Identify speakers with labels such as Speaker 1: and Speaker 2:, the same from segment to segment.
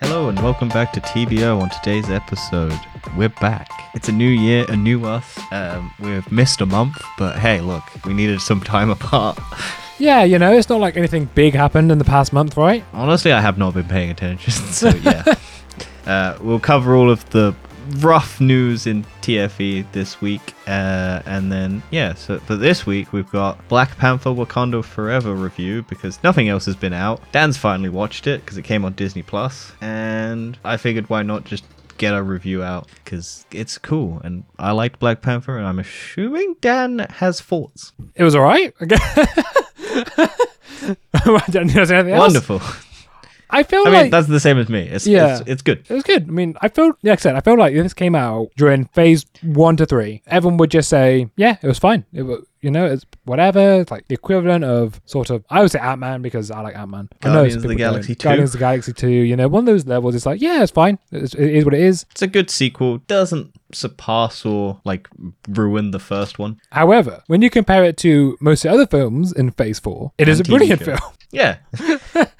Speaker 1: welcome back to TBO on today's episode. We're back. It's a new year, a new us. Um, we've missed a month, but hey, look, we needed some time apart.
Speaker 2: Yeah, you know, it's not like anything big happened in the past month, right?
Speaker 1: Honestly, I have not been paying attention, so yeah. uh, we'll cover all of the rough news in TFE this week, uh, and then yeah. So for this week, we've got Black Panther: Wakanda Forever review because nothing else has been out. Dan's finally watched it because it came on Disney Plus, and I figured why not just get a review out because it's cool and I liked Black Panther, and I'm assuming Dan has thoughts.
Speaker 2: It was all right. Okay. I don't need to say anything else.
Speaker 1: Wonderful.
Speaker 2: I feel
Speaker 1: I mean,
Speaker 2: like
Speaker 1: that's the same as me. It's,
Speaker 2: Yeah.
Speaker 1: it's it's good.
Speaker 2: it was good. I mean, I felt like I said, I felt like this came out during phase one to three. Everyone would just say, "Yeah, it was fine." It was, you know, it's whatever. It's like the equivalent of sort of I would say Ant Man because I like Ant Man.
Speaker 1: Guardians of the Galaxy 2.
Speaker 2: Guardians of the Galaxy Two. You know, one of those levels. It's like, yeah, it's fine. It's, it is what it is.
Speaker 1: It's a good sequel. Doesn't surpass or like ruin the first one.
Speaker 2: However, when you compare it to most of the other films in Phase Four, it is a
Speaker 1: TV
Speaker 2: brilliant
Speaker 1: show.
Speaker 2: film.
Speaker 1: Yeah,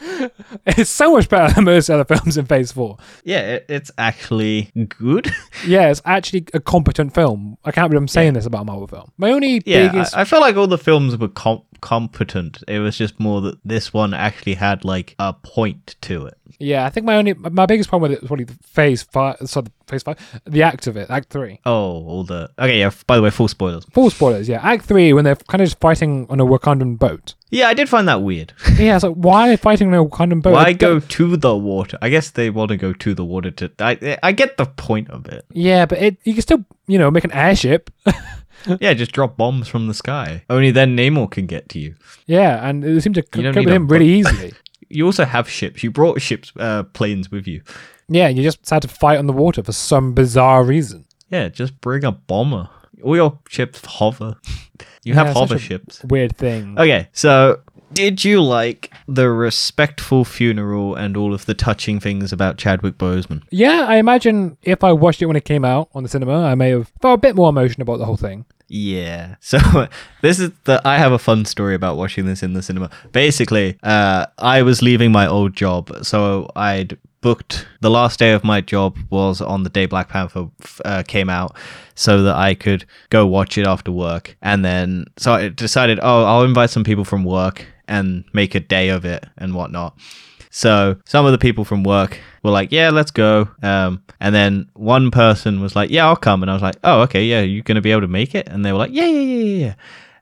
Speaker 2: It's so much better than most other films in Phase Four.
Speaker 1: yeah, it, it's actually good.
Speaker 2: Yeah, it's actually a competent film. I can't believe I'm saying this about a Marvel film. My only
Speaker 1: yeah,
Speaker 2: biggest,
Speaker 1: I, I feel like all the films were com- competent. It was just more that this one actually had like a point to it.
Speaker 2: yeah, I think my only, my biggest problem with it was probably the Phase Five. Sorry, the Phase Five, the Act of it, Act Three.
Speaker 1: Oh, all the okay. Yeah. f- By the way, full spoilers.
Speaker 2: Full spoilers, yeah. Act three when they're kind of just fighting on a Wakandan boat.
Speaker 1: Yeah, I did find that weird.
Speaker 2: Yeah, it's like why are they fighting on a Wakandan boat?
Speaker 1: Why
Speaker 2: I
Speaker 1: go
Speaker 2: don't-
Speaker 1: to the water? I guess they want to go to the water to. I I get the point of it.
Speaker 2: Yeah, but it, you can still, you know, make an airship.
Speaker 1: Yeah, just drop bombs from the sky. Only then Namor can get to you.
Speaker 2: yeah, and it seemed to c-
Speaker 1: You don't
Speaker 2: cope
Speaker 1: need
Speaker 2: with
Speaker 1: a
Speaker 2: him really easily.
Speaker 1: You also have ships. You brought ships, uh, planes with you.
Speaker 2: yeah, you just had to fight on the water for some bizarre reason.
Speaker 1: Yeah, just bring a bomber. All your ships hover. You have
Speaker 2: Yeah, such
Speaker 1: hover
Speaker 2: a
Speaker 1: ships.
Speaker 2: Weird thing.
Speaker 1: Okay, so did you like the respectful funeral and all of the touching things about Chadwick Boseman?
Speaker 2: Yeah, I imagine if I watched it when it came out on the cinema, I may have felt a bit more emotion about the whole thing.
Speaker 1: Yeah. So this is the I have a fun story about watching this in the cinema. Basically, uh, I was leaving my old job, so I'd booked the last day of my job was on the day Black Panther uh, came out, so that I could go watch it after work. And then so I decided, oh, I'll invite some people from work and make a day of it and whatnot. So some of the people from work were like, "Yeah, let's go." Um, and then one person was like, "Yeah, I'll come." And I was like, "Oh, okay, yeah, you're gonna be able to make it." And they were like, "Yeah, yeah, yeah, yeah." yeah."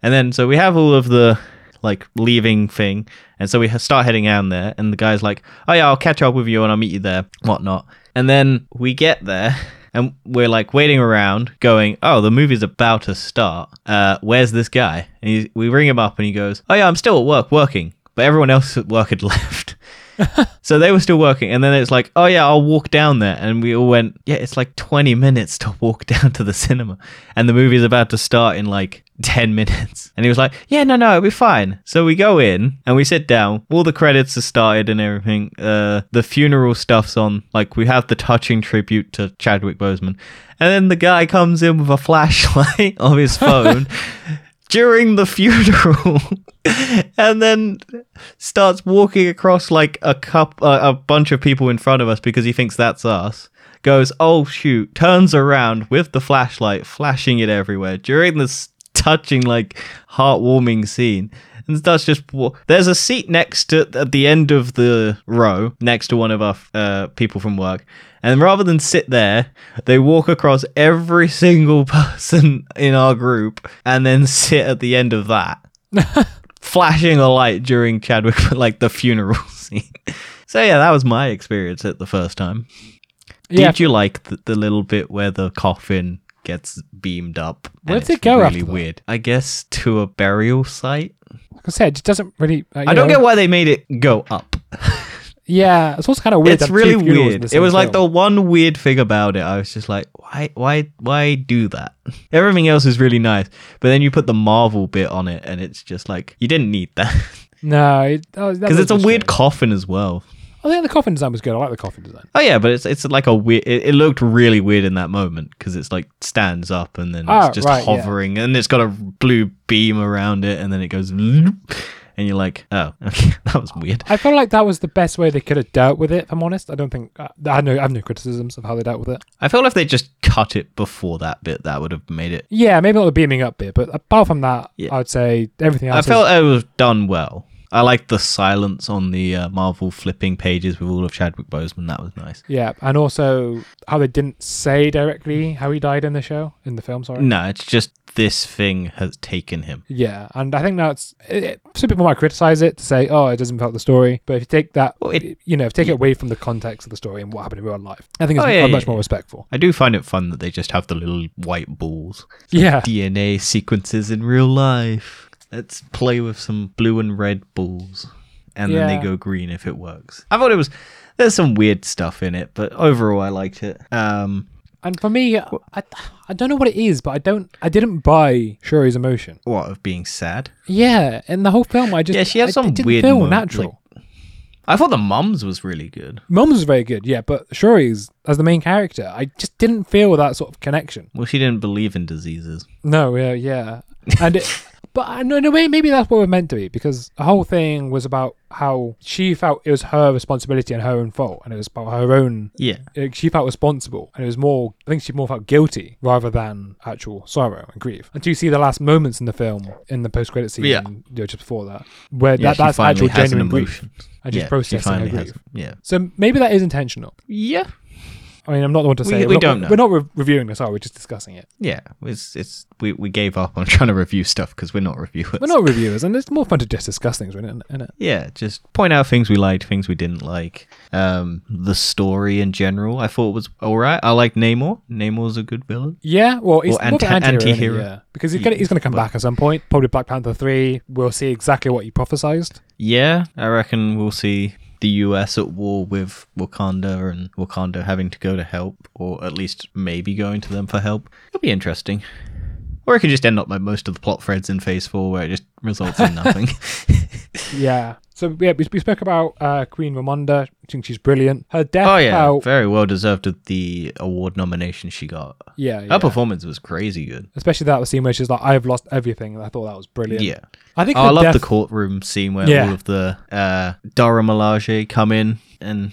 Speaker 1: And then so we have all of the like leaving thing, and so we ha- start heading down there. And the guy's like, "Oh yeah, I'll catch up with you and I'll meet you there, whatnot." And then we get there. And we're like waiting around, going, "Oh, the movie's about to start. Uh, where's this guy?" And he, we ring him up, and he goes, "Oh yeah, I'm still at work, working." But everyone else at work had left. So they were still working, and then it's like, oh yeah, I'll walk down there, and we all went, yeah, it's like twenty minutes to walk down to the cinema, and the movie's about to start in like ten minutes, and he was like, yeah, no, no, it'll be fine. So we go in and we sit down. All the credits are started and everything. Uh, the funeral stuff's on. Like we have the touching tribute to Chadwick Boseman, and then the guy comes in with a flashlight of his phone. during the funeral and then starts walking across like a cup uh, a bunch of people in front of us because he thinks that's us goes oh shoot turns around with the flashlight flashing it everywhere during this touching like heartwarming scene and starts just wa- there's a seat next to at the end of the row next to one of our uh, people from work and rather than sit there, they walk across every single person in our group and then sit at the end of that, flashing a light during Chadwick, like the funeral scene. So, yeah, that was my experience at the first time.
Speaker 2: Yeah,
Speaker 1: Did you like the, the little bit where the coffin gets beamed up? and
Speaker 2: Where
Speaker 1: it's
Speaker 2: did it go
Speaker 1: really
Speaker 2: after that?
Speaker 1: weird. I guess to a burial site.
Speaker 2: like I said, it just doesn't really. Uh,
Speaker 1: I don't get why they made it go up.
Speaker 2: Yeah, it's also kind of weird. to
Speaker 1: it's
Speaker 2: have two
Speaker 1: really
Speaker 2: funerals in
Speaker 1: weird.
Speaker 2: the
Speaker 1: It
Speaker 2: same
Speaker 1: was like the
Speaker 2: film.
Speaker 1: one weird thing about it. I was just like, why, why, why do that? Everything else is really nice, but then you put the Marvel bit on it, and it's just like you didn't need that
Speaker 2: no, it- oh, that
Speaker 1: because it's a
Speaker 2: was
Speaker 1: weird
Speaker 2: strange.
Speaker 1: coffin as well.
Speaker 2: I think the coffin design was good. I like the coffin design.
Speaker 1: Oh yeah, but it's it's like a weird. It, it looked really weird in that moment because it's like stands up and then
Speaker 2: Ah,
Speaker 1: it's just
Speaker 2: right, yeah.
Speaker 1: hovering, and it's got a blue beam around it, and then it goes. And and you're like, oh, okay, that was weird.
Speaker 2: I feel like that was the best way they could have dealt with it. If I'm honest, I don't think uh, I have no I have no criticisms of how they dealt with it.
Speaker 1: I feel if they just cut it before that bit, that would have made it.
Speaker 2: Yeah, maybe not the beaming up bit, but apart from that,
Speaker 1: Yeah.
Speaker 2: I would say everything
Speaker 1: I
Speaker 2: else. is-
Speaker 1: felt it was done well. I liked the silence on the uh, Marvel flipping pages with all of Chadwick Boseman. That was nice.
Speaker 2: yeah, and also how they didn't say directly how he died in the show in the film. Sorry.
Speaker 1: No, it's just this thing has taken him.
Speaker 2: Yeah, and I think that's it, it- some people might criticize it to say, "Oh, it doesn't help the story." But if you take that,
Speaker 1: Well, it-
Speaker 2: you know, if you take it away from the context of the story and what happened in real life, I think it's
Speaker 1: Oh, yeah,
Speaker 2: uh,
Speaker 1: yeah,
Speaker 2: much more
Speaker 1: yeah.
Speaker 2: respectful.
Speaker 1: I do find it fun that they just have the little white balls.
Speaker 2: Yeah,
Speaker 1: DNA sequences in real life. Let's play with some blue and red balls. And then
Speaker 2: Yeah.
Speaker 1: they go green if it works. I thought it was there's some weird stuff in it, but overall I liked it. Um
Speaker 2: and for me, I, I don't know what it is, but I don't, I didn't buy Shuri's emotion.
Speaker 1: what of being sad?
Speaker 2: Yeah, in the whole film, I just
Speaker 1: Yeah, she had
Speaker 2: I-
Speaker 1: some
Speaker 2: it didn't
Speaker 1: weird
Speaker 2: feel
Speaker 1: moment,
Speaker 2: natural.
Speaker 1: like- I thought the mums was really good.
Speaker 2: Mum's was very good, yeah, but Shuri's as the main character, I just didn't feel that sort of connection.
Speaker 1: Well, she didn't believe in diseases.
Speaker 2: No, yeah, yeah, and it, but I know in a way maybe that's what we're meant to be because the whole thing was about how she felt it was her responsibility and her own fault, and it was about her own.
Speaker 1: Yeah.
Speaker 2: it- She felt responsible, and it was more. I think she more felt guilty rather than actual sorrow and grief. Until you see the last moments in the film, in the post-credit scene,
Speaker 1: Yeah.
Speaker 2: you know, just before that, where
Speaker 1: Yeah,
Speaker 2: that, that's actual genuine grief, and she's
Speaker 1: Yeah,
Speaker 2: processing
Speaker 1: she finally
Speaker 2: her
Speaker 1: has.
Speaker 2: grief.
Speaker 1: Yeah.
Speaker 2: So maybe that is intentional.
Speaker 1: Yeah.
Speaker 2: I mean, I'm not the one to
Speaker 1: We-
Speaker 2: say.
Speaker 1: we
Speaker 2: We're not-
Speaker 1: don't know.
Speaker 2: We're not re- reviewing this, are we? We're just discussing it.
Speaker 1: Yeah. It's it's we, we gave up on trying to review stuff because we're not reviewers.
Speaker 2: We're not reviewers, and it's more fun to just discuss things, isn't it?
Speaker 1: Yeah, just point out things we liked, things we didn't like. Um, the story in general, I thought was all right. I liked Namor. Namor's a good villain.
Speaker 2: Yeah, well, he's
Speaker 1: Or
Speaker 2: more of an
Speaker 1: anti-
Speaker 2: anti-hero, isn't he?
Speaker 1: anti-hero.
Speaker 2: Yeah. because he's
Speaker 1: Ye-
Speaker 2: gonna he's gonna come
Speaker 1: well-
Speaker 2: back at some point. Probably Black Panther three. We'll see exactly what he prophesized.
Speaker 1: Yeah, I reckon we'll see the U.S. at war with Wakanda and Wakanda having to go to help, or at least maybe going to them for help. It'll be interesting. Or it could just end up like most of the plot threads in Phase Four, where it just results in nothing.
Speaker 2: Yeah. So yeah, we, we spoke about uh, Queen Ramonda. I think she's brilliant. Her death.
Speaker 1: oh yeah,
Speaker 2: felt-
Speaker 1: very well deserved of the award nomination she got.
Speaker 2: yeah, yeah.
Speaker 1: Her performance was crazy good.
Speaker 2: Especially that scene where she's like, "I've lost everything." and I thought that was brilliant.
Speaker 1: yeah.
Speaker 2: I think.
Speaker 1: Oh,
Speaker 2: her
Speaker 1: I love
Speaker 2: death,
Speaker 1: the courtroom scene where
Speaker 2: Yeah.
Speaker 1: all of the uh, Dara Milaje come in and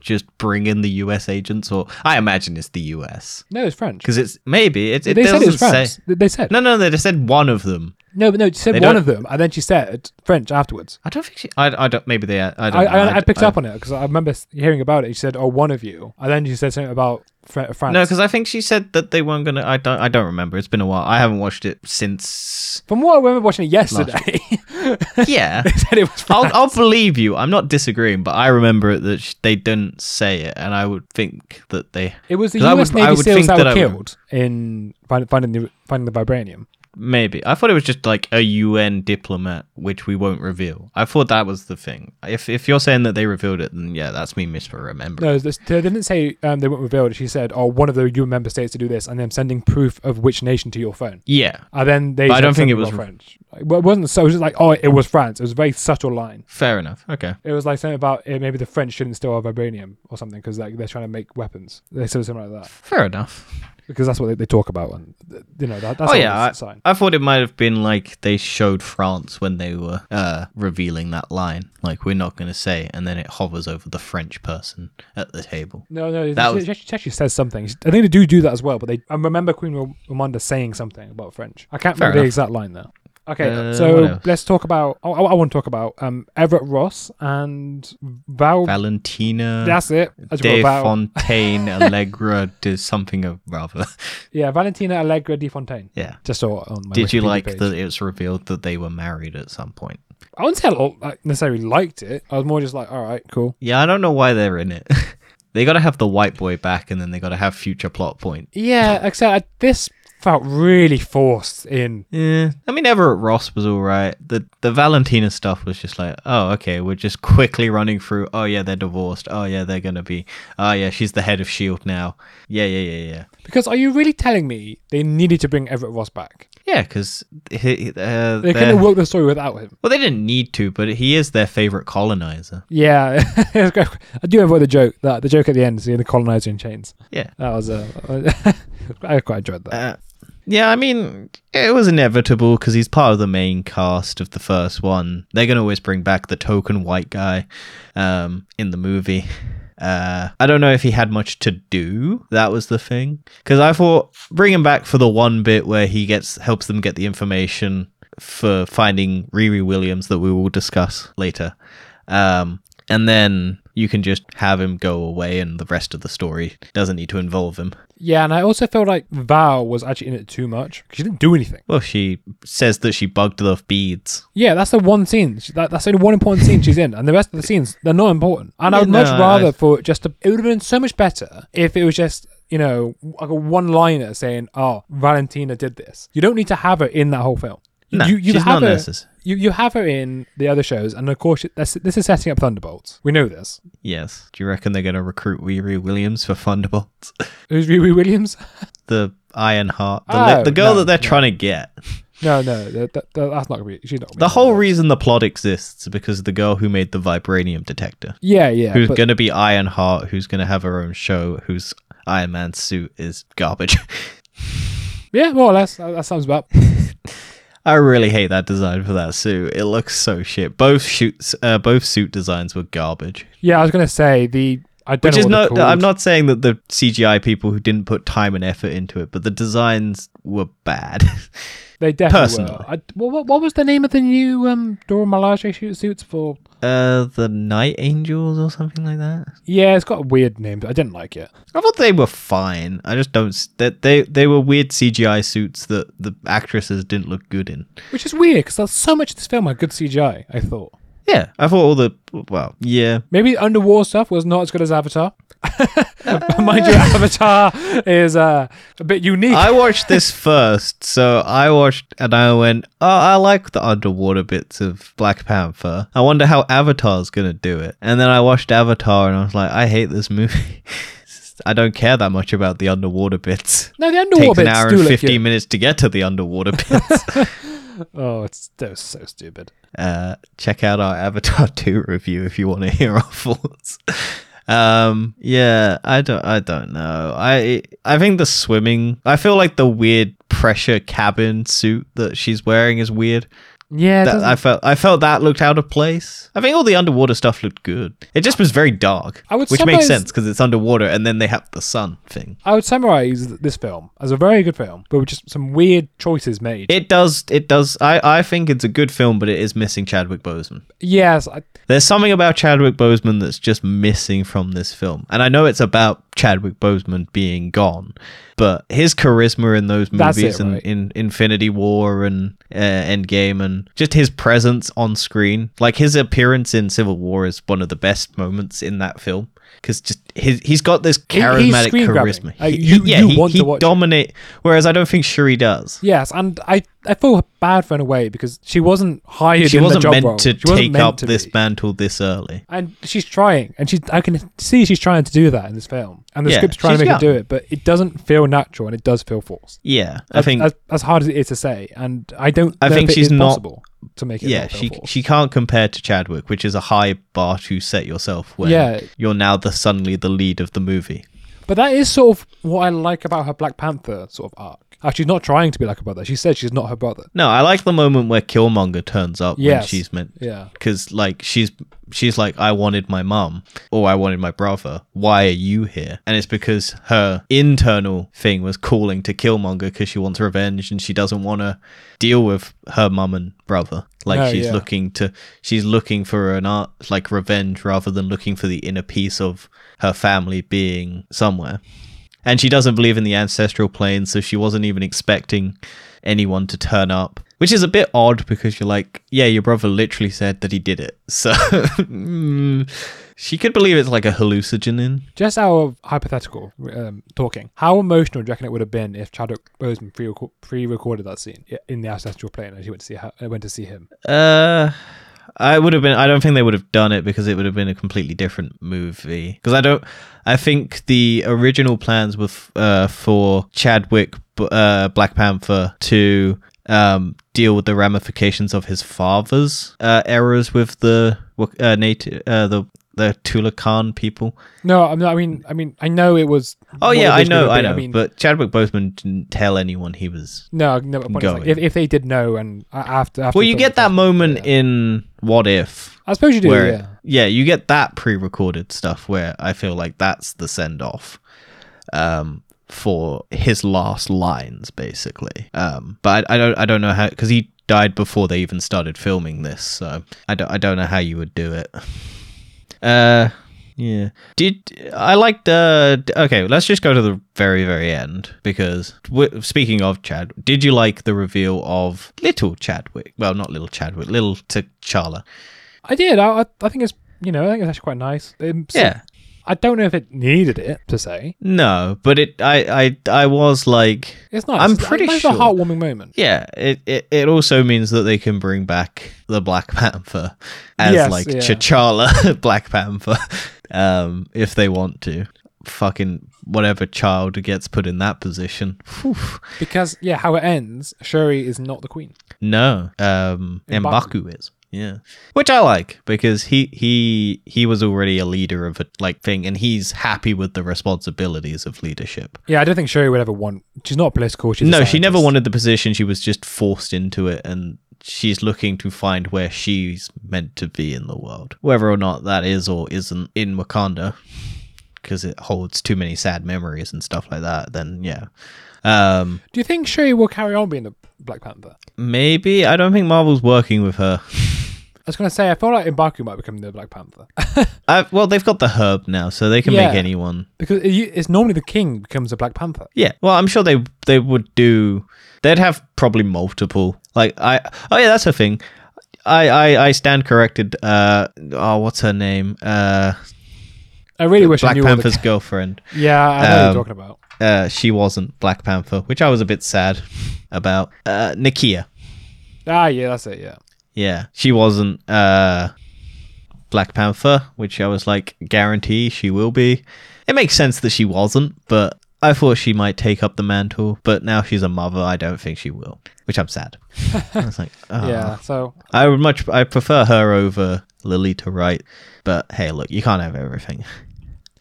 Speaker 1: just bring in the U.S. agents, or I imagine it's the U.S.
Speaker 2: No, it's French.
Speaker 1: because it's maybe it's, it
Speaker 2: they said
Speaker 1: doesn't
Speaker 2: it was French.
Speaker 1: say.
Speaker 2: They- They said
Speaker 1: No, no, they just said one of them.
Speaker 2: no, but no. She said
Speaker 1: They
Speaker 2: one
Speaker 1: don't-
Speaker 2: of them, and then she said French afterwards.
Speaker 1: I don't think she. I, I don't. Maybe they. I don't.
Speaker 2: I,
Speaker 1: know.
Speaker 2: I, I picked
Speaker 1: I-
Speaker 2: up on it because I remember s- hearing about it. She said, "Oh, one of you," and then she said something about Fr- France.
Speaker 1: No, because I think she said that they weren't gonna. I don't. I don't remember. It's been a while. I haven't watched it since.
Speaker 2: From what I remember watching it yesterday,
Speaker 1: Yeah.
Speaker 2: they said it was France.
Speaker 1: I'll, I'll believe you. I'm not disagreeing, but I remember it that sh- they didn't say it, and I would think that they
Speaker 2: It was the
Speaker 1: 'Cause I
Speaker 2: U.S.
Speaker 1: would- I
Speaker 2: Navy
Speaker 1: would
Speaker 2: SEALs
Speaker 1: think
Speaker 2: that,
Speaker 1: that
Speaker 2: were
Speaker 1: I would-
Speaker 2: killed in find, finding the finding the vibranium.
Speaker 1: Maybe. I thought it was just like a UN diplomat, which we won't reveal. I thought that was the thing. If if you're saying that they revealed it, then yeah, that's me misremembering.
Speaker 2: No, this, they didn't say um, they weren't revealed. She said, "Oh, one of the UN member states to do this, and then sending proof of which nation to your phone."
Speaker 1: Yeah,
Speaker 2: And then they.
Speaker 1: But I
Speaker 2: said
Speaker 1: don't think it
Speaker 2: something
Speaker 1: was-
Speaker 2: about French. Like, Well, it wasn't so. It was just like, "Oh, it was France." It was a very subtle line.
Speaker 1: fair enough. Okay.
Speaker 2: It was like something about eh, maybe the French shouldn't steal our vibranium or something because like they're trying to make weapons. They said something like that
Speaker 1: Fair enough.
Speaker 2: because that's what they, they talk about, and th- you know that, that's
Speaker 1: Oh,
Speaker 2: a
Speaker 1: yeah,
Speaker 2: sign.
Speaker 1: I thought it might have been like they showed France when they were uh, revealing that line. Like, we're not going to say, and then it hovers over the French person at the table.
Speaker 2: No, no,
Speaker 1: That
Speaker 2: she,
Speaker 1: was-
Speaker 2: she actually- she actually says something. She- I think they do do that as well, but they. I remember Queen Ram- Ramonda saying something about French. I can't
Speaker 1: Fair
Speaker 2: remember the
Speaker 1: enough.
Speaker 2: exact line though. Okay,
Speaker 1: Uh, what
Speaker 2: so
Speaker 1: else?
Speaker 2: let's talk about. I, I want to talk about um, Everett Ross and Val. uh,
Speaker 1: Valentina
Speaker 2: that's it. That's
Speaker 1: de
Speaker 2: Val.
Speaker 1: Fontaine Allegra did something or rather.
Speaker 2: yeah, Valentina Allegra Di Fontaine.
Speaker 1: yeah.
Speaker 2: Just saw it on my
Speaker 1: Did you
Speaker 2: Wikipedia
Speaker 1: like
Speaker 2: page.
Speaker 1: that it was revealed that they were married at some point?
Speaker 2: I wouldn't say I lo- like, necessarily liked it. I was more just like, all right, cool.
Speaker 1: Yeah, I don't know why they're in it. they got to have the white boy back, and then they got to have future plot point.
Speaker 2: Yeah, except I, this felt really forced in.
Speaker 1: Yeah, I mean Everett Ross was all right. The the Valentina stuff was just like, oh okay, we're just quickly running through. Oh yeah, they're divorced. Oh yeah, they're gonna be. Oh yeah, she's the head of Shield now. Yeah, yeah, yeah, yeah.
Speaker 2: Because are you really telling me they needed to bring Everett Ross back?
Speaker 1: Yeah, because uh,
Speaker 2: They couldn't
Speaker 1: they're-
Speaker 2: have worked the story without him.
Speaker 1: well, they didn't need to, but he is their favorite colonizer.
Speaker 2: Yeah, It's great. I do remember the joke that the joke at the end, seeing the colonizer in chains.
Speaker 1: Yeah.
Speaker 2: That was uh, I quite enjoyed that.
Speaker 1: Uh, Yeah, I mean, it was inevitable because he's part of the main cast of the first one. They're going to always bring back the token white guy um, in the movie. Uh, I don't know if he had much to do. That was the thing. Because I thought bring him back for the one bit where he gets helps them get the information for finding Riri Williams that we will discuss later. Um, and then you can just have him go away, and the rest of the story doesn't need to involve him.
Speaker 2: Yeah, and I also felt like Val was actually in it too much. She didn't do anything.
Speaker 1: Well, she says that she bugged the beads.
Speaker 2: Yeah, that's the one scene. she- That, that's the only one important scene she's in, and the rest of the scenes they're not important. And I
Speaker 1: Yeah,
Speaker 2: would much
Speaker 1: no, I-
Speaker 2: rather for just a, it would have been so much better if it was just you know like a one liner saying, "Oh, Valentina did this." You don't need to have her in that whole film.
Speaker 1: No,
Speaker 2: you, you
Speaker 1: she's
Speaker 2: have
Speaker 1: not
Speaker 2: her,
Speaker 1: necessary.
Speaker 2: you you have her in the other shows, and of course that's, this is setting up Thunderbolts. We know this.
Speaker 1: Yes. Do you reckon they're going to recruit Riri Williams for Thunderbolts?
Speaker 2: Who's Riri Williams?
Speaker 1: the Iron Heart, the, le-
Speaker 2: Oh,
Speaker 1: the girl
Speaker 2: no,
Speaker 1: that they're
Speaker 2: no.
Speaker 1: trying to get.
Speaker 2: no, no, that, that, that's not gonna be. She's not. Gonna
Speaker 1: The
Speaker 2: be
Speaker 1: whole reason the plot exists is because of the girl who made the vibranium detector,
Speaker 2: Yeah, yeah.
Speaker 1: who's
Speaker 2: Uh, but-
Speaker 1: going to be Iron Heart, who's going to have her own show, whose Iron Man suit is garbage.
Speaker 2: yeah, more or less. That, that sounds about.
Speaker 1: I really hate that design for that suit. It looks so shit. Both shoots, uh, both suit designs were garbage.
Speaker 2: Yeah, I was gonna say the. I don't
Speaker 1: Which
Speaker 2: know
Speaker 1: is
Speaker 2: what they're
Speaker 1: not. I'm
Speaker 2: called.
Speaker 1: not saying that the CGI people who didn't put time and effort into it, but the designs were bad.
Speaker 2: They definitely
Speaker 1: Personally.
Speaker 2: were. I, what, what- what was the name of the new um, Dora Milaje shoot suits for?
Speaker 1: uh, the Night Angels or something like that.
Speaker 2: Yeah, it's got a weird name, but I didn't like it.
Speaker 1: I thought they were fine. I just don't. s- That they they were weird CGI suits that the actresses didn't look good in.
Speaker 2: Which is weird because there's so much of this film had good CGI. I thought
Speaker 1: Yeah, I thought all the well, yeah,
Speaker 2: maybe the underwater stuff was not as good as Avatar. Mind you, Avatar is uh, a bit unique.
Speaker 1: I watched this first, so I watched and I went, oh, I like the underwater bits of Black Panther. I wonder how Avatar's gonna do it. And then I watched Avatar and I was like, I hate this movie. I don't care that much about the underwater bits.
Speaker 2: no, the underwater
Speaker 1: Takes an
Speaker 2: bits
Speaker 1: hour
Speaker 2: do
Speaker 1: and
Speaker 2: look
Speaker 1: fifteen
Speaker 2: good.
Speaker 1: minutes to get to the underwater bits.
Speaker 2: Oh, it's that was so stupid.
Speaker 1: uh, check out our Avatar 2 review if you want to hear our thoughts. Um yeah, I don't I don't know. I I think the swimming I feel like the weird pressure cabin suit that she's wearing is weird.
Speaker 2: Yeah, it
Speaker 1: That,
Speaker 2: doesn't-
Speaker 1: I felt I felt that looked out of place. I think all the underwater stuff looked good. It just was very dark,
Speaker 2: I would
Speaker 1: which makes
Speaker 2: suppose-
Speaker 1: sense because it's underwater and then they have the sun thing.
Speaker 2: I would summarize th- this film as a very good film, but with just some weird choices made.
Speaker 1: It does it does I I think it's a good film but it is missing Chadwick Boseman.
Speaker 2: yes, I,
Speaker 1: There's something about Chadwick Boseman that's just missing from this film. And I know it's about Chadwick Boseman being gone, but his charisma in those
Speaker 2: That's it,
Speaker 1: movies and
Speaker 2: right.
Speaker 1: in Infinity War and uh, Endgame and just his presence on screen, like his appearance in Civil War is one of the best moments in that film. Because just his, he's got this
Speaker 2: he's
Speaker 1: charismatic
Speaker 2: screen grabbing.
Speaker 1: charisma.
Speaker 2: Like, you- you want to watch it.
Speaker 1: dominate. Whereas I don't think Shuri does.
Speaker 2: Yes, and I, I feel bad for her in a way because she wasn't hired
Speaker 1: She
Speaker 2: in
Speaker 1: wasn't
Speaker 2: the job
Speaker 1: meant
Speaker 2: role.
Speaker 1: to
Speaker 2: She wasn't
Speaker 1: take
Speaker 2: meant
Speaker 1: up
Speaker 2: to
Speaker 1: this
Speaker 2: be.
Speaker 1: mantle this early.
Speaker 2: And she's trying, and she I can see she's trying to do that in this film, and the
Speaker 1: Yeah,
Speaker 2: script's trying to
Speaker 1: she's
Speaker 2: make her do it, but it doesn't feel natural, and it does feel forced.
Speaker 1: Yeah, I
Speaker 2: As-
Speaker 1: think
Speaker 2: as, as hard as it is to say, and I don't.
Speaker 1: I
Speaker 2: know
Speaker 1: think
Speaker 2: if it
Speaker 1: she's
Speaker 2: is
Speaker 1: not-
Speaker 2: possible to make it.
Speaker 1: yeah,
Speaker 2: not feel
Speaker 1: she
Speaker 2: forced.
Speaker 1: she can't compare to Chadwick, which is a high bar to set yourself when
Speaker 2: Yeah.
Speaker 1: you're now the suddenly the lead of the movie.
Speaker 2: But that is sort of what I like about her Black Panther sort of arc. How she's not trying to be like her brother. She said she's not her brother.
Speaker 1: No, I like the moment where Killmonger turns up when
Speaker 2: Yes.
Speaker 1: she's meant
Speaker 2: Yeah.
Speaker 1: because like she's she's like I wanted my mum or I wanted my brother. Why are you here? And it's because her internal thing was calling to Killmonger because she wants revenge and she doesn't want to deal with her mum and brother. Like
Speaker 2: No,
Speaker 1: she's
Speaker 2: yeah.
Speaker 1: looking to she's looking for an art like revenge rather than looking for the inner peace of her family being somewhere. And she doesn't believe in the ancestral plane, so she wasn't even expecting anyone to turn up. Which is a bit odd because you're like, yeah, your brother literally said that he did it. So mm, she could believe it's like a hallucinogen.
Speaker 2: Just out of hypothetical um, talking, how emotional do you reckon it would have been if Chadwick Boseman pre-reco- pre-recorded that scene i- in the ancestral plane as he went to see her, uh, went to see him?
Speaker 1: Uh I would have been I don't think they would have done it because it would have been a completely different movie. Because I don't I think the original plans were f- uh, for Chadwick b- uh, Black Panther to um, deal with the ramifications of his father's uh, errors with the Wak- uh, native uh, the the Tulakan people.
Speaker 2: No, I'm not, I mean, I mean, I know it was.
Speaker 1: Oh
Speaker 2: what
Speaker 1: yeah,
Speaker 2: it
Speaker 1: I
Speaker 2: was gonna
Speaker 1: know, I
Speaker 2: be.
Speaker 1: know.
Speaker 2: mean,
Speaker 1: but Chadwick Boseman didn't tell anyone he was.
Speaker 2: no, no. my Point is, like,
Speaker 1: Going.
Speaker 2: if, if they did know, and a- after, after
Speaker 1: Well, you
Speaker 2: the
Speaker 1: get that
Speaker 2: film-
Speaker 1: moment in What If
Speaker 2: I suppose you do.
Speaker 1: where
Speaker 2: yeah.
Speaker 1: you get that pre-recorded stuff where I feel like that's the send off um for his last lines basically um but I, I don't I don't know how because he died before they even started filming this so I don't I don't know how you would do it uh yeah did I like the okay let's just go to the very very end because w- speaking of Chad did you like the reveal of little Chadwick well not little Chadwick little T'Challa
Speaker 2: I did. I, I, I think it's you know I think it's actually quite nice. Um, so-
Speaker 1: yeah
Speaker 2: I don't know if it needed it to say.
Speaker 1: No, but it I I I was like
Speaker 2: It's nice.
Speaker 1: I'm
Speaker 2: It's-
Speaker 1: pretty
Speaker 2: it's nice,
Speaker 1: sure-
Speaker 2: a heartwarming moment.
Speaker 1: yeah, it, it it also means that they can bring back the Black Panther as
Speaker 2: Yes,
Speaker 1: like
Speaker 2: yeah.
Speaker 1: T'Challa Black Panther um if they want to. Fucking whatever child gets put in that position. Phew.
Speaker 2: Because yeah, how it ends, Shuri is not the queen.
Speaker 1: No. Um
Speaker 2: M'Baku.
Speaker 1: Mbaku is. Yeah. Which I like because he he he was already a leader of a like thing and he's happy with the responsibilities of leadership.
Speaker 2: Yeah, I don't think Shuri would ever want. She's not political. She's a
Speaker 1: no, she never
Speaker 2: scientist.
Speaker 1: wanted the position. She was just forced into it, and she's looking to find where she's meant to be in the world, whether or not that is or isn't in Wakanda, because it holds too many sad memories and stuff like that. Then yeah, um,
Speaker 2: Do you think Shuri will carry on being a Black Panther?
Speaker 1: maybe I don't think Marvel's working with her.
Speaker 2: I was gonna say I feel like Mbaku might become the Black Panther
Speaker 1: I, well, they've got the herb now, so they can
Speaker 2: Yeah.
Speaker 1: make anyone.
Speaker 2: because it, it's normally the king becomes a Black Panther.
Speaker 1: Yeah, well, I'm sure they they would do. They'd have probably multiple. Like I, oh yeah, that's her thing. I I I stand corrected. Uh, oh, what's her name? Uh,
Speaker 2: I really wish I
Speaker 1: Black
Speaker 2: knew. all
Speaker 1: Panther's
Speaker 2: The,
Speaker 1: girlfriend.
Speaker 2: yeah, I know what you're
Speaker 1: Um,
Speaker 2: talking about.
Speaker 1: Uh, she wasn't Black Panther, which I was a bit sad about. Uh, Nakia.
Speaker 2: Ah, yeah, that's it. Yeah,
Speaker 1: Yeah, she wasn't uh, Black Panther, which I was like, guarantee she will be. It makes sense that she wasn't, but I thought she might take up the mantle. But now she's a mother, I don't think she will, which I'm sad. I was like, oh.
Speaker 2: yeah. So
Speaker 1: I would much, I prefer her over Lolita Wright. But hey, look, you can't have everything.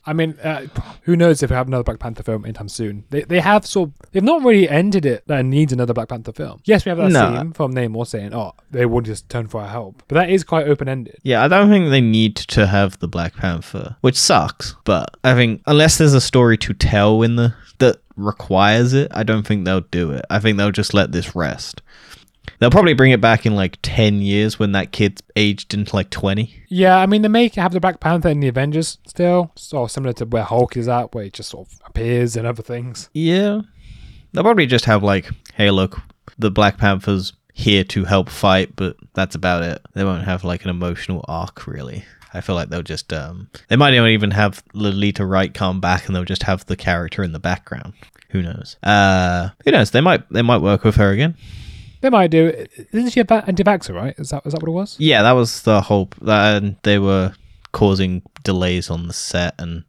Speaker 2: I mean, uh, who knows if we have another Black Panther film anytime soon? They, they have sort of, they've not really ended it that it needs another Black Panther film. Yes, we have that
Speaker 1: No.
Speaker 2: scene from Namor saying, "Oh, they will just turn for our help," but that is quite open ended.
Speaker 1: Yeah, I don't think they need to have the Black Panther, which sucks. But I think unless there's a story to tell in the that requires it, I don't think they'll do it. I think they'll just let this rest. They'll probably bring it back in like ten years when that kid's aged into like twenty.
Speaker 2: Yeah, I mean, they may have the Black Panther in the Avengers still, so similar to where Hulk is at, where he just sort of appears and other things.
Speaker 1: Yeah, they'll probably just have like, hey, look, the Black Panther's here to help fight, but that's about it. They won't have like an emotional arc really. I feel like they'll just um they might not even have Lolita Wright come back and they'll just have the character in the background. Who knows? Uh who knows? They might they might work with her again.
Speaker 2: They might do. Isn't she a ba- anti-vaxxer, right? Is that is that what it was?
Speaker 1: Yeah, that was the whole that and they were causing delays on the set and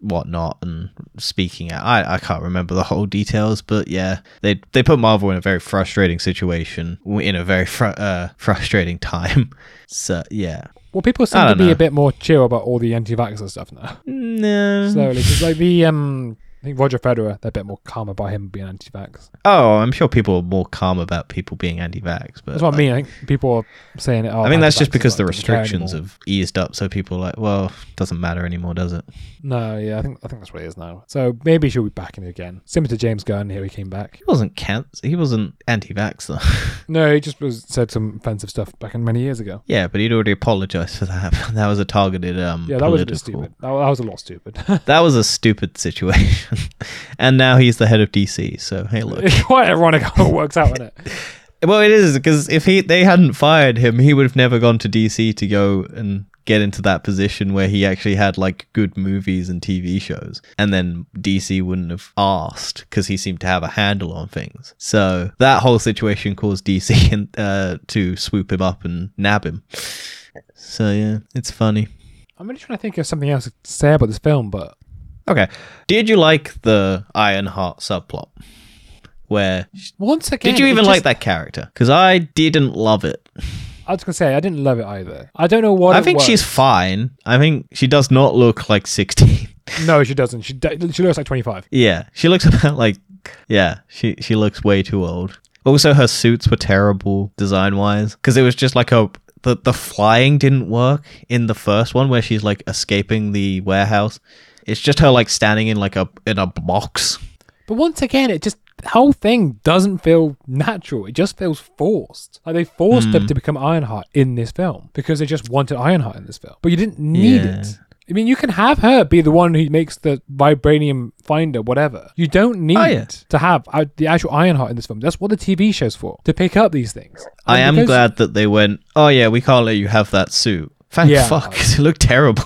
Speaker 1: whatnot and speaking out. I, I can't remember the whole details, but yeah, they they put Marvel in a very frustrating situation w- in a very fr- uh, frustrating time. So yeah,
Speaker 2: Well, people seem
Speaker 1: I
Speaker 2: to
Speaker 1: don't
Speaker 2: be
Speaker 1: know.
Speaker 2: a bit more chill about all the anti-vaxxer stuff now.
Speaker 1: no.
Speaker 2: Slowly, because like the um, I think Roger Federer, they're a bit more calm about him being anti-vax.
Speaker 1: Oh, I'm sure people are more calm about people being anti-vax, but
Speaker 2: That's
Speaker 1: like,
Speaker 2: what I mean. I think people are saying it. Oh,
Speaker 1: I mean, that's just
Speaker 2: anti-vaxxers
Speaker 1: because
Speaker 2: not-
Speaker 1: the
Speaker 2: doesn't care
Speaker 1: restrictions
Speaker 2: anymore."
Speaker 1: have eased up, so people are like, well, doesn't matter anymore, does it?
Speaker 2: No, yeah, I think I think that's what it is now. So maybe she'll be back in it again. Similar to James Gunn, here he came back.
Speaker 1: He wasn't can- He wasn't anti-vax though.
Speaker 2: No, he just was said some offensive stuff back in many years ago.
Speaker 1: Yeah, but he'd already apologized for that. that was a targeted um
Speaker 2: Yeah, that was a bit
Speaker 1: political-
Speaker 2: stupid. That, that was a lot stupid.
Speaker 1: That was a stupid situation. and now he's the head of DC, so hey look.
Speaker 2: it's quite ironic how it works out, isn't it?
Speaker 1: well, it is because if he they hadn't fired him, he would have never gone to DC to go and get into that position where he actually had like good movies and TV shows. And then DC wouldn't have asked because he seemed to have a handle on things. So that whole situation caused DC and, uh, to swoop him up and nab him. So yeah, it's funny.
Speaker 2: I'm really trying to think of something else to say about this film, but
Speaker 1: Okay. Did you like the Ironheart subplot? Where
Speaker 2: once again,
Speaker 1: did you
Speaker 2: it
Speaker 1: even
Speaker 2: just-
Speaker 1: like that character? Because I didn't love it.
Speaker 2: I was gonna say I didn't love it either. I don't know what.
Speaker 1: I
Speaker 2: it
Speaker 1: think
Speaker 2: was.
Speaker 1: she's fine. I think she does not look like 16.
Speaker 2: No, she doesn't. She do- she looks like 25.
Speaker 1: Yeah, she looks about like yeah, she she looks way too old. Also, her suits were terrible design wise because it was just like a the the flying didn't work in the first one where she's like escaping the warehouse. It's just her like standing in like a in a box.
Speaker 2: But once again, it just the whole thing doesn't feel natural. It just feels forced. Like they forced
Speaker 1: Hmm.
Speaker 2: them to become Ironheart in this film because they just wanted Ironheart in this film. But you didn't need
Speaker 1: Yeah.
Speaker 2: it. I mean, you can have her be the one who makes the vibranium finder, whatever. You don't need
Speaker 1: Oh, yeah.
Speaker 2: to have uh, the actual Ironheart in this film. That's what the TV show's for, to pick up these things.
Speaker 1: I
Speaker 2: And
Speaker 1: am
Speaker 2: because-
Speaker 1: glad that they went. Oh yeah, we can't let you have that suit. Thank
Speaker 2: Yeah.
Speaker 1: fuck, it looked terrible.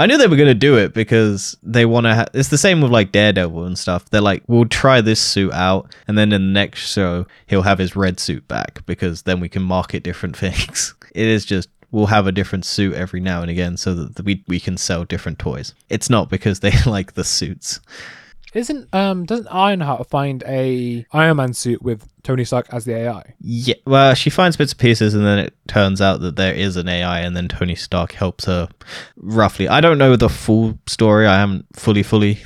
Speaker 1: I knew they were gonna do it because they want to. Ha- it's the same with like Daredevil and stuff. They're like, we'll try this suit out, and then in the next show he'll have his red suit back because then we can market different things. It is just we'll have a different suit every now and again so that we we can sell different toys. It's not because they like the suits.
Speaker 2: Isn't um doesn't Ironheart find a Iron Man suit with Tony Stark as the AI?
Speaker 1: Yeah, well, she finds bits and pieces, and then it turns out that there is an AI, and then Tony Stark helps her roughly. I don't know the full story. I haven't fully, fully.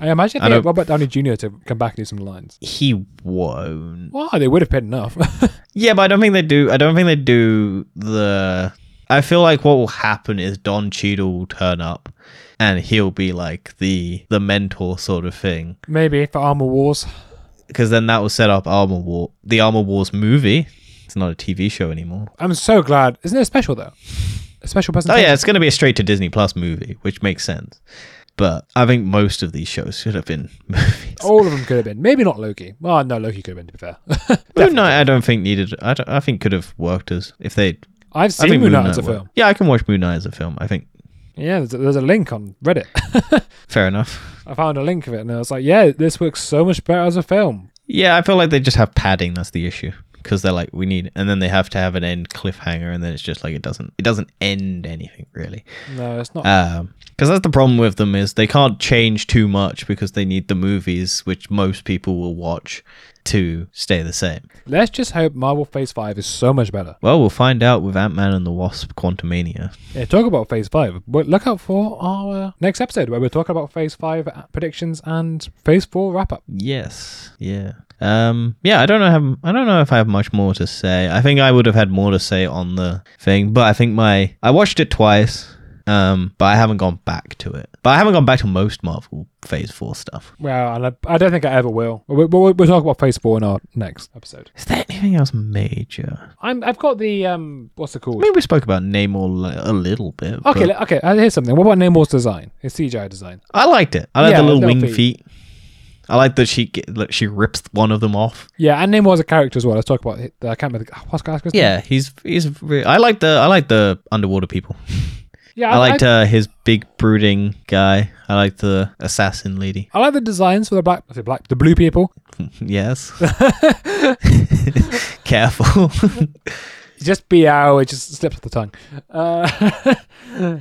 Speaker 2: I imagine
Speaker 1: I
Speaker 2: they
Speaker 1: don't-
Speaker 2: had Robert Downey Jr. to come back and do some lines.
Speaker 1: He won't.
Speaker 2: Wow, they would have paid enough.
Speaker 1: Yeah, but I don't think they do. I don't think they do the. I feel like what will happen is Don Cheadle will turn up, and he'll be like the the mentor sort of thing,
Speaker 2: Maybe for Armor Wars.
Speaker 1: because then that will set up Armor War, the Armor Wars movie. It's not a TV show anymore.
Speaker 2: I'm so glad. Isn't it special though? A special
Speaker 1: Oh
Speaker 2: presentation.
Speaker 1: yeah, it's going to be a straight to Disney Plus movie, which makes sense. But I think most of these shows should have been movies.
Speaker 2: All of them could have been. Maybe not Loki. Well, no, Loki could have been. To be fair,
Speaker 1: Moon Knight, I don't think needed. I, don't- I think could have worked as if they.
Speaker 2: I've
Speaker 1: I
Speaker 2: seen
Speaker 1: think
Speaker 2: Moon Knight as a
Speaker 1: worked.
Speaker 2: film.
Speaker 1: Yeah, I can watch Moon Knight as a film. I think
Speaker 2: Yeah, there's a, there's a link on Reddit.
Speaker 1: fair enough.
Speaker 2: I found a link of it, and I was like, yeah, this works so much better as a film.
Speaker 1: Yeah, I feel like they just have padding. That's the issue because they're like we need, and then they have to have an end cliffhanger, and then it's just like it doesn't. It doesn't end anything really.
Speaker 2: No, it's not.
Speaker 1: Um 'cause because that's the problem with them is they can't change too much because they need the movies which most people will watch to stay the same.
Speaker 2: Let's just hope Marvel Phase Five is so much better.
Speaker 1: Well, we'll find out with Ant Man and the Wasp Quantumania.
Speaker 2: Yeah, talk about phase five. But look out for our uh, next episode where we're talking about phase five uh, predictions and phase four wrap up.
Speaker 1: Yes. Yeah. Um yeah, I don't know have I don't know if I have much more to say. I think I would have had more to say on the thing, but I think my I watched it twice. Um but I haven't gone back to it. But I haven't gone back to most Marvel Phase 4 stuff.
Speaker 2: Well, and I, I don't think I ever will. We'll, we'll, we'll talk about phase four in our next episode.
Speaker 1: Is there anything else major?
Speaker 2: I'm, I've got the, um, what's it
Speaker 1: I
Speaker 2: called?
Speaker 1: mean, we spoke about Namor li- a little bit.
Speaker 2: Okay,
Speaker 1: but
Speaker 2: le- okay, uh, here's something. What about Namor's design? His CGI design.
Speaker 1: I liked it. I liked
Speaker 2: Yeah,
Speaker 1: the little
Speaker 2: no
Speaker 1: wing
Speaker 2: feet.
Speaker 1: feet. I like that she ge- that she rips one of them off.
Speaker 2: Yeah, and Namor's a character as well. Let's talk about it. I can't remember. The, ah, what's Gasker's name?
Speaker 1: Yeah, he's he's. Re- I like the I like the underwater people.
Speaker 2: yeah,
Speaker 1: I liked uh, his big brooding guy. I like the assassin lady.
Speaker 2: I like the designs for the black, I say black, the blue people.
Speaker 1: yes. Careful.
Speaker 2: It's just BO, it just slips off the tongue. Uh,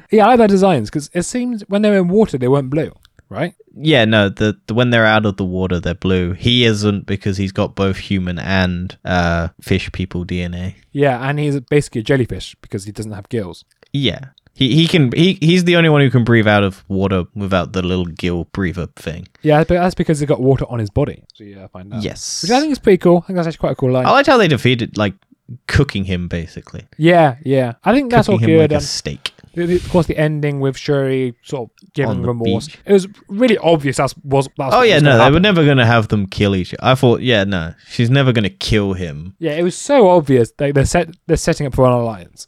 Speaker 2: yeah, I like their designs because it seems when they were in water, they weren't blue, right?
Speaker 1: yeah, no. The, the when they're out of the water, they're blue. He isn't because he's got both human and uh, fish people DNA.
Speaker 2: Yeah, and he's basically a jellyfish because he doesn't have gills.
Speaker 1: Yeah. He, he can he, he's the only one who can breathe out of water without the little gill breather thing.
Speaker 2: Yeah, but that's because he's got water on his body. So yeah, I find that.
Speaker 1: Yes.
Speaker 2: Oh.
Speaker 1: Oh.
Speaker 2: Which I think is pretty cool. I think that's actually quite a cool line.
Speaker 1: I liked how they defeated like cooking him basically.
Speaker 2: yeah, yeah. I think that's all
Speaker 1: cooking him
Speaker 2: good. um,
Speaker 1: like a
Speaker 2: and
Speaker 1: steak.
Speaker 2: the- the- of course, the ending with Shuri sort of
Speaker 1: On
Speaker 2: giving
Speaker 1: the
Speaker 2: remorse.
Speaker 1: beach.
Speaker 2: It was really obvious. That's was. That's
Speaker 1: Oh
Speaker 2: what
Speaker 1: yeah,
Speaker 2: was
Speaker 1: no,
Speaker 2: gonna
Speaker 1: they
Speaker 2: happen.
Speaker 1: were never gonna have them kill each. I thought, yeah, no, she's never gonna kill him.
Speaker 2: Yeah, it was so obvious. They, they're set. They're setting up for an alliance,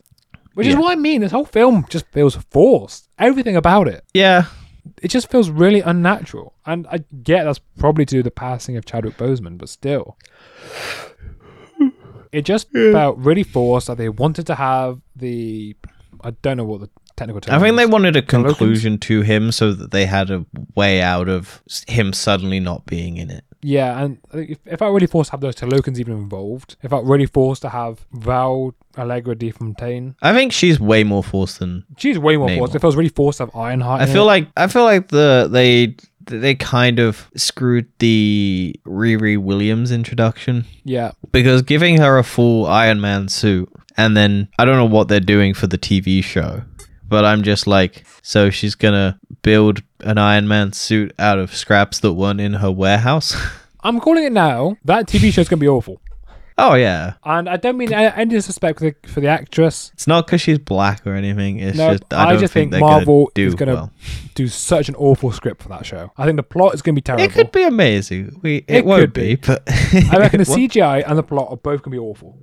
Speaker 2: which is
Speaker 1: Yeah.
Speaker 2: what I mean. This whole film just feels forced. Everything about it.
Speaker 1: Yeah,
Speaker 2: It just feels really unnatural. And I get that's probably due to the passing of Chadwick Boseman, but still. It just felt really forced that they wanted to have the. I don't know what the technical term
Speaker 1: I think they
Speaker 2: is.
Speaker 1: wanted a
Speaker 2: Locust?
Speaker 1: conclusion to him so that they had a way out of s- him suddenly not being in it.
Speaker 2: Yeah, and I think if, if I really forced to have those Talokans even involved, if I really forced to have Val Allegra de Fontaine,
Speaker 1: I think she's way more forced than.
Speaker 2: she's way more
Speaker 1: Namor.
Speaker 2: forced. It feels really forced to have Ironheart.
Speaker 1: I
Speaker 2: in
Speaker 1: feel
Speaker 2: it.
Speaker 1: like I feel like the they they kind of screwed the Riri Williams introduction
Speaker 2: Yeah.
Speaker 1: because giving her a full Iron Man suit And then I don't know what they're doing for the TV show, but I'm just like, so she's gonna build an Iron Man suit out of scraps that weren't in her warehouse.
Speaker 2: I'm calling it now. That TV show's going to be awful.
Speaker 1: oh yeah,
Speaker 2: And I don't mean any disrespect for the, for the actress.
Speaker 1: it's not because she's black or anything. It's
Speaker 2: No,
Speaker 1: just I don't
Speaker 2: just
Speaker 1: think, they're
Speaker 2: think Marvel
Speaker 1: gonna do
Speaker 2: is going to
Speaker 1: well.
Speaker 2: do such an awful script for that show. I think the plot is going to be terrible.
Speaker 1: It could be amazing. We it,
Speaker 2: It
Speaker 1: won't
Speaker 2: could
Speaker 1: be,
Speaker 2: be.
Speaker 1: but
Speaker 2: I reckon
Speaker 1: it
Speaker 2: the
Speaker 1: won't-
Speaker 2: CGI and the plot are both going to be awful.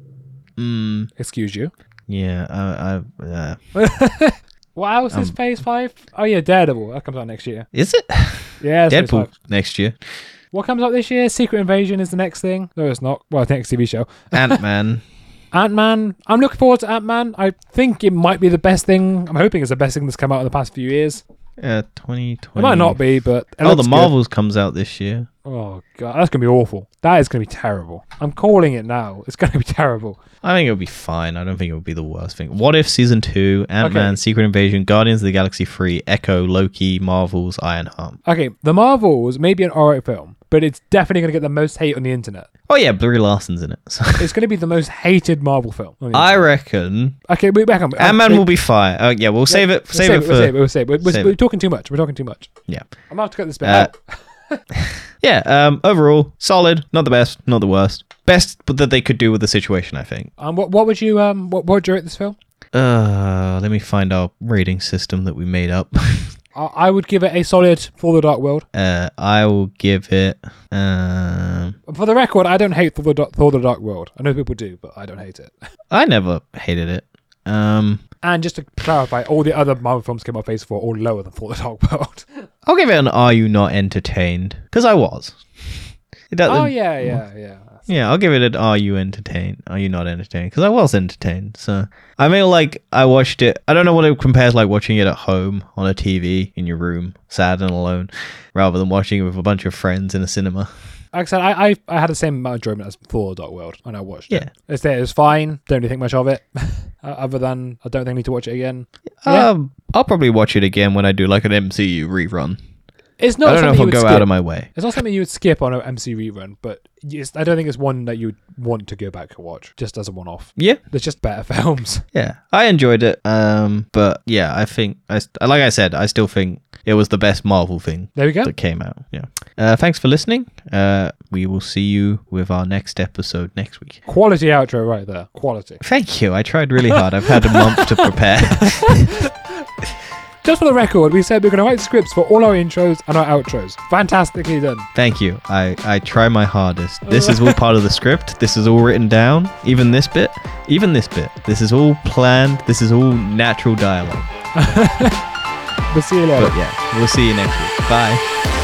Speaker 1: Mm,
Speaker 2: Excuse you.
Speaker 1: yeah, I, I, uh,
Speaker 2: What else is
Speaker 1: Um,
Speaker 2: Phase 5? Oh, yeah, Daredevil. That comes out next year.
Speaker 1: is it
Speaker 2: Yeah, it's Phase
Speaker 1: Deadpool
Speaker 2: 5.
Speaker 1: next year?
Speaker 2: What comes out this year? Secret Invasion is the next thing. No, it's not. Well, the next TV show.
Speaker 1: Ant Man.
Speaker 2: Ant Man. I'm looking forward to Ant Man. I think it might be the best thing. I'm hoping it's the best thing that's come out in the past few years.
Speaker 1: Uh, 2020.
Speaker 2: It might not be, but. it
Speaker 1: Oh,
Speaker 2: looks
Speaker 1: the
Speaker 2: good.
Speaker 1: Marvels comes out this year.
Speaker 2: Oh, God. That's going to be awful. That is going to be terrible. I'm calling it now. It's going to be terrible.
Speaker 1: I think it'll be fine. I don't think it'll be the worst thing. What if season two, Ant Man, Secret Invasion, Guardians of the Galaxy 3, Echo, Loki, Marvels, Ironheart?
Speaker 2: Okay, The Marvels may be an alright film, but it's definitely going to get the most hate on the internet.
Speaker 1: Oh, yeah, Brie Larson's in it. So.
Speaker 2: It's going to be the most hated Marvel film. on the
Speaker 1: I reckon
Speaker 2: Okay, wait, back on.
Speaker 1: Ant Man will be fire. Oh, yeah, we'll save it.
Speaker 2: We'll
Speaker 1: Save it
Speaker 2: We'll save it.
Speaker 1: for.
Speaker 2: We'll save it. We're, we're,
Speaker 1: save
Speaker 2: we're
Speaker 1: it.
Speaker 2: talking too much. We're talking too much.
Speaker 1: Yeah.
Speaker 2: I'm going to have to cut this bit
Speaker 1: Uh,
Speaker 2: out.
Speaker 1: Yeah, um, overall, solid. Not the best, not the worst. Best that they could do with the situation, I think.
Speaker 2: Um, what, what would you um what, what would you rate this film?
Speaker 1: Uh, let me find our rating system that we made up.
Speaker 2: I, I would give it a solid For the Dark World.
Speaker 1: uh, I will give it. Um,
Speaker 2: For the record, I don't hate Thor the, Dark- Thor the Dark World. I know people do, but I don't hate it.
Speaker 1: I never hated it. Um,
Speaker 2: And just to clarify, all the other Marvel films came out Phase Four all lower than Thor the Dark World.
Speaker 1: I'll give it an Are You Not Entertained? Because I was. It doesn't,
Speaker 2: oh yeah, yeah, yeah.
Speaker 1: Yeah, I'll give it an Are You Entertained? Are You Not Entertained? Because I was entertained. So I mean, like, I watched it. I don't know what it compares like watching it at home on a TV in your room, sad and alone, rather than watching it with a bunch of friends in a cinema.
Speaker 2: Like I said, I, I I had the same amount of enjoyment as Thor the Dark World when I watched
Speaker 1: Yeah.
Speaker 2: it. It's there, it's fine. Don't really think much of it. Uh, Other than I don't think I need to watch it again. Yeah.
Speaker 1: Um, I'll probably watch it again when I do like an MCU rerun.
Speaker 2: It's not
Speaker 1: I don't know
Speaker 2: something
Speaker 1: if
Speaker 2: you
Speaker 1: I'll
Speaker 2: would
Speaker 1: go
Speaker 2: skip.
Speaker 1: out of my way.
Speaker 2: It's not something you would skip on an MC rerun, but it's, I don't think it's one that you would want to go back and watch just as a one off.
Speaker 1: Yeah,
Speaker 2: There's just better films.
Speaker 1: yeah, I enjoyed it. Um, but yeah, I think I st- like I said, I still think it was the best Marvel thing
Speaker 2: There we go.
Speaker 1: that came out. Yeah. Uh, thanks for listening. Uh, we will see you with our next episode next week.
Speaker 2: Quality outro right there. Quality.
Speaker 1: Thank you. I tried really hard. I've had a month to prepare.
Speaker 2: Just for the record, we said we are going to write scripts for all our intros and our outros. Fantastically done.
Speaker 1: Thank you. I, I try my hardest. This is all part of the script. This is all written down. Even this bit. Even this bit. This is all planned. This is all natural dialogue.
Speaker 2: We'll see you later.
Speaker 1: But yeah, we'll see you next week. Bye.